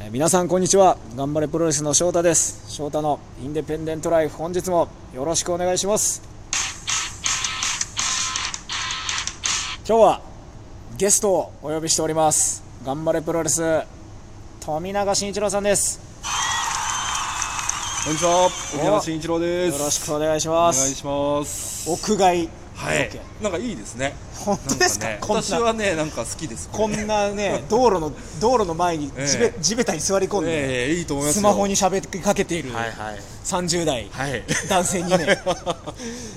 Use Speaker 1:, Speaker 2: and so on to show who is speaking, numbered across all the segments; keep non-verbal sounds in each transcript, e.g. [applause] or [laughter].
Speaker 1: えー皆さんこんにちは頑張れプロレスの翔太です翔太のインデペンデントライフ本日もよろしくお願いします今日はゲストをお呼びしております頑張れプロレス富永慎一郎さんです
Speaker 2: こんにちは、沖縄慎一郎で
Speaker 1: よ
Speaker 2: す。
Speaker 1: ろしくお願いし
Speaker 2: お
Speaker 1: ま
Speaker 2: 願い
Speaker 1: す
Speaker 2: します。
Speaker 1: 屋外
Speaker 2: はい
Speaker 1: ロ、
Speaker 2: なんかいいですね。
Speaker 1: ケ本当ですか
Speaker 2: なんね、
Speaker 1: こん
Speaker 2: 私
Speaker 1: な
Speaker 2: はね、なんか好きです。
Speaker 1: こんなね道路の道路の前に地べ、
Speaker 2: ええ
Speaker 1: 地べたに座り込んで、
Speaker 2: ええいいと思います
Speaker 1: ス
Speaker 2: よ。
Speaker 1: マホに喋りかけている
Speaker 2: はいはい
Speaker 1: 30代
Speaker 2: [laughs] はい。
Speaker 1: 男性にね
Speaker 2: ね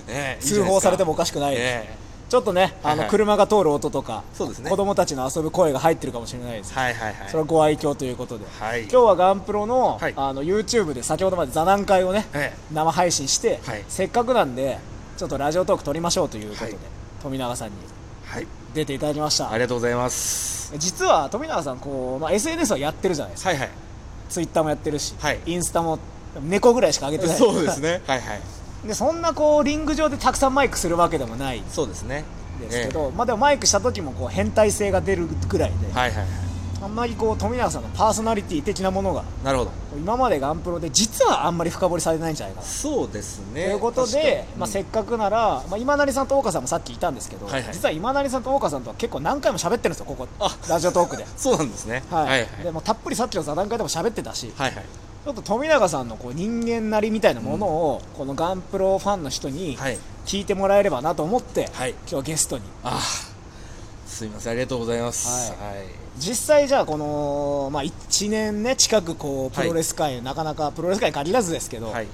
Speaker 2: え
Speaker 1: 通報されてもおかしくない
Speaker 2: いい
Speaker 1: です
Speaker 2: じゃないですか。え
Speaker 1: ちょっとねあ
Speaker 2: はい
Speaker 1: の
Speaker 2: はい
Speaker 1: 車が通る音とか
Speaker 2: そうですね
Speaker 1: 子供たちの遊ぶ声が入ってるかもしれないです
Speaker 2: えはいはいはい。
Speaker 1: それはご愛嬌ということで
Speaker 2: はい。
Speaker 1: 今日はガンプロの
Speaker 2: はい
Speaker 1: あの YouTube で先ほどまで座談会をね
Speaker 2: え
Speaker 1: 生配信して
Speaker 2: はい
Speaker 1: せっかくなんでちょっとラジオトーク撮りましょうということで
Speaker 2: はい
Speaker 1: 富永さんに
Speaker 2: はい。
Speaker 1: 出ていただきまし
Speaker 2: あ
Speaker 1: た
Speaker 2: りがとうございます。
Speaker 1: 実は富永さんこうまあ SNS はやってるじゃないですか
Speaker 2: はいはい。
Speaker 1: Twitter もやってるし
Speaker 2: はい
Speaker 1: インスタも猫ぐらいしか上げてない
Speaker 2: そうですね。はいはい。
Speaker 1: [laughs] でそんなこうリング上でたくさんマイクするわけでもないんで
Speaker 2: そうですね。
Speaker 1: すけど、まあ、でもマイクした時もこう変態性が出るぐらいで、
Speaker 2: ええはいはいはい。
Speaker 1: あんまりこう富永さんのパーソナリティ的なものが
Speaker 2: なるほど。
Speaker 1: 今までガンプロで実はあんまり深掘りされてないんじゃないかな、
Speaker 2: そうですね。
Speaker 1: ということで、まあ、
Speaker 2: 確か
Speaker 1: せ
Speaker 2: に
Speaker 1: っかくなら、まあ、今成さんと大川さんもさっきいたんですけど、
Speaker 2: はいはい
Speaker 1: 実は今成さんと大川さんとは結構何回も喋ってるんですよここ
Speaker 2: あ
Speaker 1: ラジオト
Speaker 2: [laughs]
Speaker 1: ークで。
Speaker 2: うんそうなんですね。
Speaker 1: はい
Speaker 2: はい
Speaker 1: でもうたっぷりさっきの座談会でも喋ってたし、
Speaker 2: はいはい。
Speaker 1: ちょっと富永さんのこう人間なりみたいなものを、このガンプロファンの人に
Speaker 2: はい
Speaker 1: 聞いてもらえればなと思って、
Speaker 2: はい
Speaker 1: 今日ゲストに
Speaker 2: あーすいませんありがとうございます。
Speaker 1: は
Speaker 2: はい
Speaker 1: 実際じゃあこの、まあ、1年ね近くこうプ
Speaker 2: はい
Speaker 1: ロレス界、なかなかプロレス界限らずですけど、
Speaker 2: はい、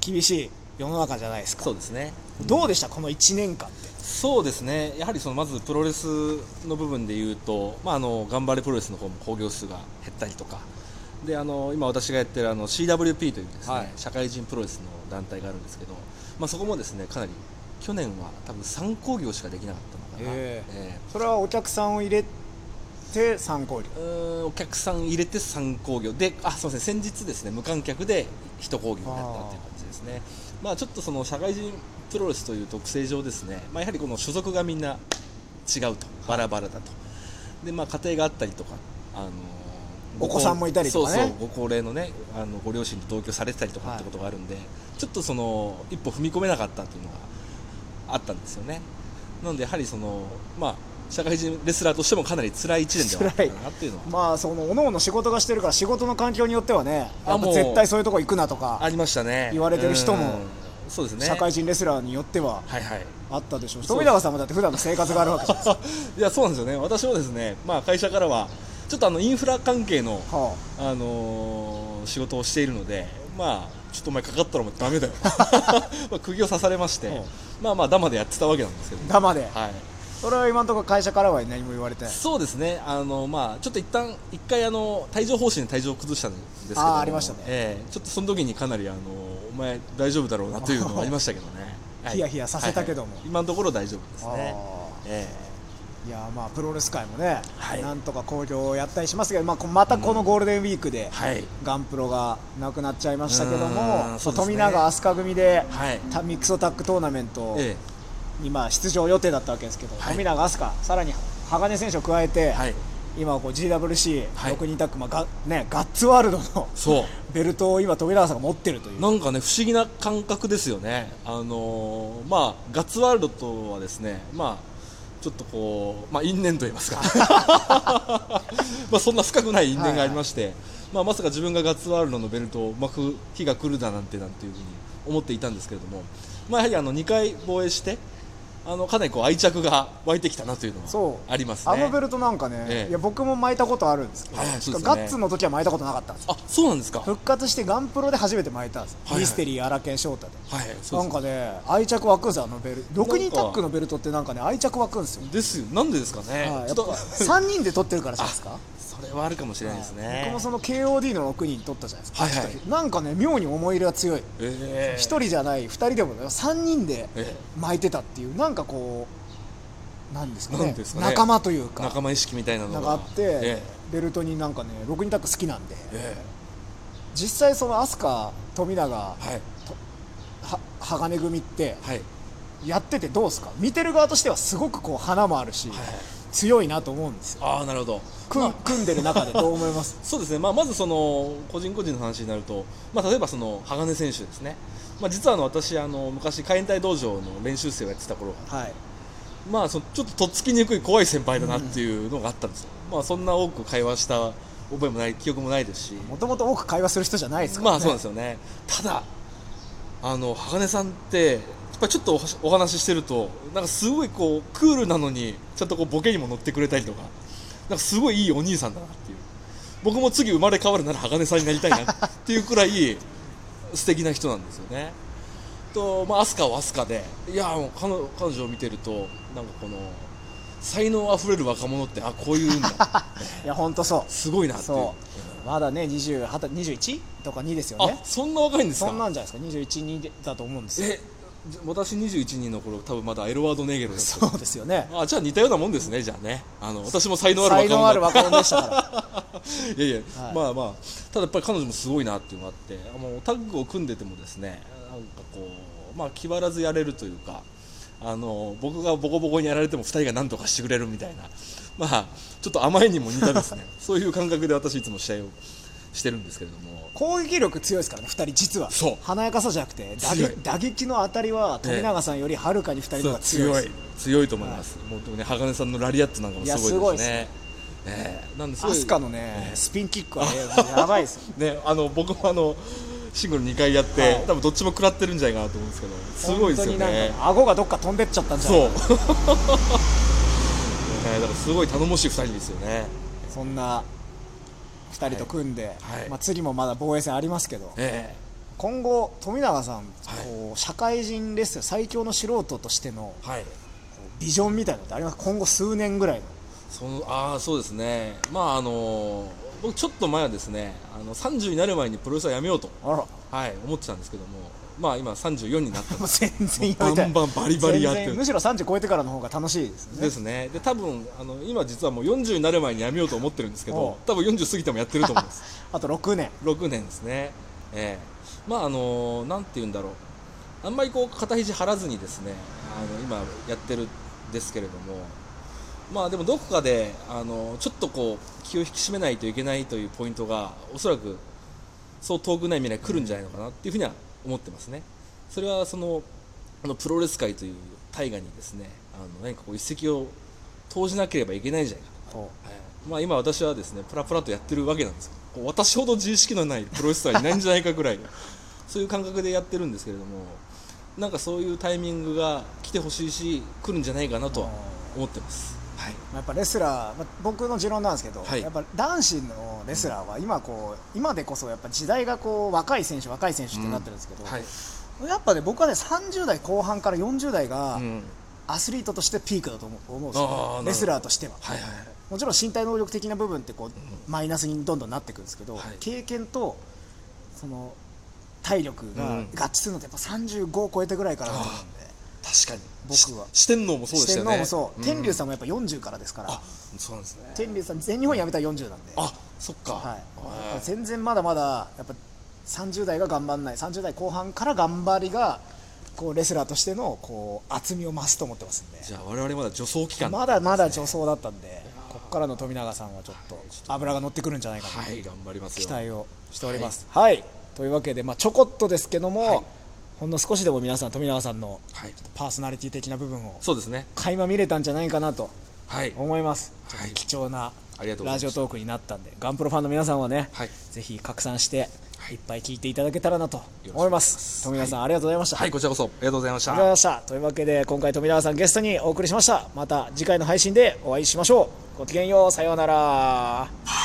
Speaker 1: 厳しい世の中じゃないですか
Speaker 2: そうですね。
Speaker 1: どうでしたこの1年間って
Speaker 2: そうですね。やはりそのまずプロレスの部分で言うと、まああの頑張れプロレスの方も興行数が減ったりとか、であの今私がやってるあの CWP というですね、
Speaker 1: はい
Speaker 2: 社会人プロレスの団体があるんですけど、まあそこもですねかなり去年は多分3興行しかできなかったのか
Speaker 1: へー
Speaker 2: な。ええ
Speaker 1: それはお客さんを入れて参考に
Speaker 2: うーんお客さん入れて3興行であすみません先日ですね無観客で1興行になったっていう感じですねまあちょっとその社会人プロレスという特性上ですね、まあ、やはりこの所属がみんな違うとバラバラだとでまあ家庭があったりとかあの
Speaker 1: お子さんもいたりとかね
Speaker 2: そうそうご高齢のねあのご両親と同居されてたりとかってことがあるんで、ちょっとその一歩踏み込めなかったっていうのがあったんですよねなのでやはりそのまあ社会人レスラーとしてもかなり辛い一年ではあったかなっていうのは
Speaker 1: まあそのおのおの仕事がしてるから仕事の環境によってはね
Speaker 2: あ
Speaker 1: やっぱ
Speaker 2: もう
Speaker 1: 絶対そういうとこ行くなとか
Speaker 2: ありましたね
Speaker 1: 言われてる人も
Speaker 2: うんそうですね
Speaker 1: 社会人レスラーによっては
Speaker 2: はいはい [laughs]
Speaker 1: あったでしょうし
Speaker 2: そう
Speaker 1: 富永さんもだって普段の生活があるわけじゃないですか
Speaker 2: いやそうなんですよね私もですねまあ会社からはちょっとあのインフラ関係の、
Speaker 1: は
Speaker 2: あのー仕事をしているのでまあちょっとお前かかったらもうダメ
Speaker 1: [laughs]
Speaker 2: だよまあ釘を刺されまして、
Speaker 1: うん
Speaker 2: まあまあダマでやってたわけなんですけど
Speaker 1: あ、生で
Speaker 2: はい
Speaker 1: それは今のところ会社からは何も言われてない
Speaker 2: そうですね、あのまあ、ちょっと一旦一回あの帯状疱疹で体調を崩したんですけど
Speaker 1: あ
Speaker 2: も
Speaker 1: ーありましたね
Speaker 2: ええちょっとその時にかなりあのお前、大丈夫だろうなというのはありましたけど
Speaker 1: [laughs]
Speaker 2: ね、はい
Speaker 1: ヒヤヒヤさせたけども
Speaker 2: はいはい今のところ大丈夫ですね、
Speaker 1: あ
Speaker 2: え
Speaker 1: ーいやまあプロレス界もね、
Speaker 2: はい
Speaker 1: なんとか興行をやったりしますけど、まあ、こまたこのゴールデンウィークで、
Speaker 2: えはい、
Speaker 1: ガンプロがなくなっちゃいましたけども、
Speaker 2: うーんそうですね
Speaker 1: 富永飛鳥組で、
Speaker 2: はい
Speaker 1: タミックスオタックトーナメント
Speaker 2: え
Speaker 1: にまあ出場予定だったわけですけど、
Speaker 2: はい
Speaker 1: 富永飛鳥さらに鋼選手を加えて、
Speaker 2: えはい、
Speaker 1: 今はこう GWC6
Speaker 2: はい
Speaker 1: 人タッグ、まあがね、ガッツワールドの
Speaker 2: そ、
Speaker 1: ベルトを今富永さんが持ってるというう
Speaker 2: なんかね、不思議な感覚ですよね、あのーまあ、ガッツワールドとはですね、まあ、ちょっとこう、まあ、因縁と言いますか、 [laughs] まあそんな深くない因縁がありまして、まあ、まさか自分がガッツワールドのベルトを巻く日が来るだなんてなんていうふうに思っていたんですけれども、まあ、やはりあの2回防衛してあのかなりこう愛着が湧いてきたなというのは
Speaker 1: そう
Speaker 2: ありますね。
Speaker 1: あのベルトなんかね、
Speaker 2: ええ
Speaker 1: いや僕も巻いたことあるんですけど、
Speaker 2: はいはいそうですよ
Speaker 1: ガ
Speaker 2: ね
Speaker 1: ッツの時は巻いたことなかったんですよ
Speaker 2: あそうなんですか、はい
Speaker 1: 復活してガンプロで初めて巻いたんですよ、
Speaker 2: はいはい
Speaker 1: ミステリー荒研翔太で。
Speaker 2: そ
Speaker 1: な
Speaker 2: うで
Speaker 1: ん
Speaker 2: す
Speaker 1: かね愛着湧くんですよあのベル6人タックのベルトってなんかね愛着湧くんですよ、
Speaker 2: ですよなんでですかね、
Speaker 1: はい、
Speaker 2: ち
Speaker 1: やっ
Speaker 2: ょっ
Speaker 1: ぱ
Speaker 2: と
Speaker 1: 3人で取ってるからじゃないですか
Speaker 2: それはあるかもしれないですね。
Speaker 1: 僕もその KOD の6人取ったじゃないですか、
Speaker 2: はいはい
Speaker 1: 一人なんかね妙に思い入れが強い、
Speaker 2: え
Speaker 1: 1
Speaker 2: え
Speaker 1: 人じゃない2人でもない3人で
Speaker 2: え
Speaker 1: 巻いてたっていうなんかこうなんですかね
Speaker 2: なんですかね
Speaker 1: 仲間というか
Speaker 2: 仲間意識みたいなの
Speaker 1: な
Speaker 2: が
Speaker 1: んかあって、
Speaker 2: え
Speaker 1: ベルトになんかね6人タック好きなんで
Speaker 2: ええ
Speaker 1: 実際その飛鳥富永は
Speaker 2: えはい
Speaker 1: 鋼組って
Speaker 2: はい
Speaker 1: やっててどうですか見てる側としてはすごくこう花もあるし、
Speaker 2: はい
Speaker 1: 強いなと思うんですよ
Speaker 2: ああなるほど
Speaker 1: 組,、組んでる中でどう思います
Speaker 2: [laughs] そうですね、まあ、まずその個人個人の話になると、まあ、例えばその鋼選手ですね、まあ、実はあの私あの昔海援隊道場の練習生をやってた頃が
Speaker 1: はい
Speaker 2: まあ、そのちょっととっつきにくい怖い先輩だなっていうのがあったんですよ、まあ、そんな多く会話した覚えもない記憶もないですし、
Speaker 1: もともと多く会話する人じゃないですから、
Speaker 2: ま
Speaker 1: ね、
Speaker 2: あそうなんですよねただあの鋼さんってやっぱりちょっとお話お話ししてるとなんかすごいこうクールなのにちゃんとこうボケにも乗ってくれたりとかなんかすごいいいお兄さんだなっていう僕も次生まれ変わるなら鋼さんになりたいなっていうくらい素敵な人なんですよねとまあ飛鳥は飛鳥でいやもう彼女彼女を見てるとなんかこの才能あふれる若者ってあこういうんだ
Speaker 1: いや本当そ
Speaker 2: すごいな
Speaker 1: う
Speaker 2: っていう
Speaker 1: そうまだね20 20 21とか2ですよ
Speaker 2: あ
Speaker 1: ね
Speaker 2: そんな若いんですか
Speaker 1: そんなんじゃないですか212でだと思うんですよ
Speaker 2: えじゃ私21人の頃多分まだエロワード・ネーゲルだった
Speaker 1: そうですよね
Speaker 2: あじゃあ似たようなもんですねじゃあねあの私も才能ある
Speaker 1: 才
Speaker 2: 若
Speaker 1: 能
Speaker 2: 者
Speaker 1: ある若者でしたから
Speaker 2: [laughs] いやいや、
Speaker 1: はい
Speaker 2: まあまあただやっぱり彼女もすごいなっていうのがあってあもうタッグを組んでてもですねなんかこうまあ気張らずやれるというかあの僕がボコボコにやられても2人が何とかしてくれるみたいなまあちょっと甘えにも似
Speaker 1: [laughs]
Speaker 2: たですねそういう感覚で私いつも試合をしてるんですけれども
Speaker 1: 攻撃力強いですからね2人実は
Speaker 2: そう
Speaker 1: 華やかさじゃなくて打
Speaker 2: 強い
Speaker 1: 撃打撃の当たりは富永さんよりはるかに2人の方が強
Speaker 2: 強
Speaker 1: い
Speaker 2: い
Speaker 1: です
Speaker 2: 強いと思います、もうでもね鋼さんのラリアットなんかもすごいで
Speaker 1: い
Speaker 2: す
Speaker 1: や
Speaker 2: ねええなんですご
Speaker 1: ア
Speaker 2: い
Speaker 1: スカのねスピンキックはねやばいですよ
Speaker 2: ねあの僕もあのシングル2回やって、
Speaker 1: はい
Speaker 2: 多分どっちも食らってるんじゃないかなと思うんですけどすごいですよ
Speaker 1: 本当にな
Speaker 2: ね
Speaker 1: んか顎がどっか飛んでっちゃったんじゃ
Speaker 2: そう [laughs]
Speaker 1: ない
Speaker 2: ねだからすごい頼もしい2人ですよね
Speaker 1: そんな2人と組んで、
Speaker 2: はい
Speaker 1: まあ、釣りもまだ防衛戦ありますけど
Speaker 2: え
Speaker 1: 今後富永さん、こう社会人レッスン最強の素人としての
Speaker 2: えはい
Speaker 1: ビジョンみたいなのってありますか今後数年ぐらいの
Speaker 2: そのああそうですねまああの僕ちょっと前はですねあの30になる前にプロレスはやめようと、
Speaker 1: あらも
Speaker 2: はい、思ってたんですけどもまあ今34になった
Speaker 1: う全然や
Speaker 2: バ
Speaker 1: めたい
Speaker 2: ンバンバリバリやって
Speaker 1: 全
Speaker 2: る
Speaker 1: 然むしろ30超えてからの方が楽しいですよね
Speaker 2: ですね。で多分あの今実はもう40になる前にやめようと思ってるんですけ
Speaker 1: おう
Speaker 2: ど、多分40過ぎてもやってると思うんです。
Speaker 1: あと6年
Speaker 2: 6年ですね。ええまああのなんて言うんだろう。あんまりこう肩肘張らずにですね、あの今やってるんですけれども、まあでもどこかであのちょっとこう気を引き締めないといけないというポイントがおそらくそう遠くない未来来るんじゃないのかなっていうふうには思ってますね。それはそのあのプロレス界という大河にですね、あの何かこう一石を投じなければいけないんじゃないかな。
Speaker 1: こ
Speaker 2: はいまあ、今私はですねプラプラとやってるわけなんですよこう私ほど自意識のないプロレスラーにないんじゃないかぐらい [laughs] そういう感覚でやってるんですけれどもなんかそういうタイミングが来てほしいし来るんじゃないかなとは思ってます、はい、
Speaker 1: うやっぱレスラー、まあ僕の持論なんですけど、
Speaker 2: はい
Speaker 1: やっぱ男子のレスラーは今こう今でこそやっぱ時代がこう若い選手若い選手ってなってるんですけど、
Speaker 2: はい
Speaker 1: やっぱね僕はね30代後半から40代が、
Speaker 2: うん、
Speaker 1: アスリートとしてピークだと思う思うんです
Speaker 2: あーなるほ
Speaker 1: よ
Speaker 2: ど
Speaker 1: レスラーとしては
Speaker 2: はいはいはい
Speaker 1: もちろん身体能力的な部分ってこう、マイナスにどんどんなっていくんですけど、
Speaker 2: はい
Speaker 1: 経験とその体力が
Speaker 2: うん
Speaker 1: 合致するのってやっぱ35を超えてぐらいからだと思うんで、
Speaker 2: 確かに
Speaker 1: 僕は
Speaker 2: し四天王もそうで
Speaker 1: 四
Speaker 2: したよ
Speaker 1: 天
Speaker 2: ね
Speaker 1: 王もそう、天竜さ
Speaker 2: ん
Speaker 1: んもやっぱ40からですから
Speaker 2: あそうなんですね
Speaker 1: 天竜さん全日本辞めたら40なんで、
Speaker 2: あそっか
Speaker 1: はい、やっぱ
Speaker 2: はい
Speaker 1: 全然まだまだやっぱ30代が頑張んない30代後半から頑張りがこうレスラーとしてのこう厚みを増すと思ってますんで
Speaker 2: じゃあ我々まだ助走期間
Speaker 1: まだまだ助走だったんで、ここからの富永さんはちょっと油が乗ってくるんじゃないかなと
Speaker 2: はい頑張りますよ
Speaker 1: 期待をしております。はい、というわけで、まあ、ちょこっとですけども、
Speaker 2: はい
Speaker 1: ほんの少しでも皆さん、富永さんの
Speaker 2: はい
Speaker 1: パーソナリティ的な部分を
Speaker 2: そうですね
Speaker 1: 垣間見れたんじゃないかなと
Speaker 2: はい
Speaker 1: 思います。
Speaker 2: はい
Speaker 1: 貴重な
Speaker 2: ありがとうござい
Speaker 1: ラ
Speaker 2: ました
Speaker 1: ジオトークになったんで、ガンプロファンの皆さんはね、
Speaker 2: はい
Speaker 1: ぜひ拡散して、
Speaker 2: はいい
Speaker 1: っぱい聞いていただけたらなと思います。
Speaker 2: よ
Speaker 1: 富永
Speaker 2: ろしくお願いします
Speaker 1: さん、ありがとうございました。
Speaker 2: はいこちらこそありがとうございまし
Speaker 1: あ
Speaker 2: た
Speaker 1: りがとうございました。というわけで、今回富永さんゲストにお送りしました。また次回の配信でお会いしましょう。ごきげんよう。さようなら。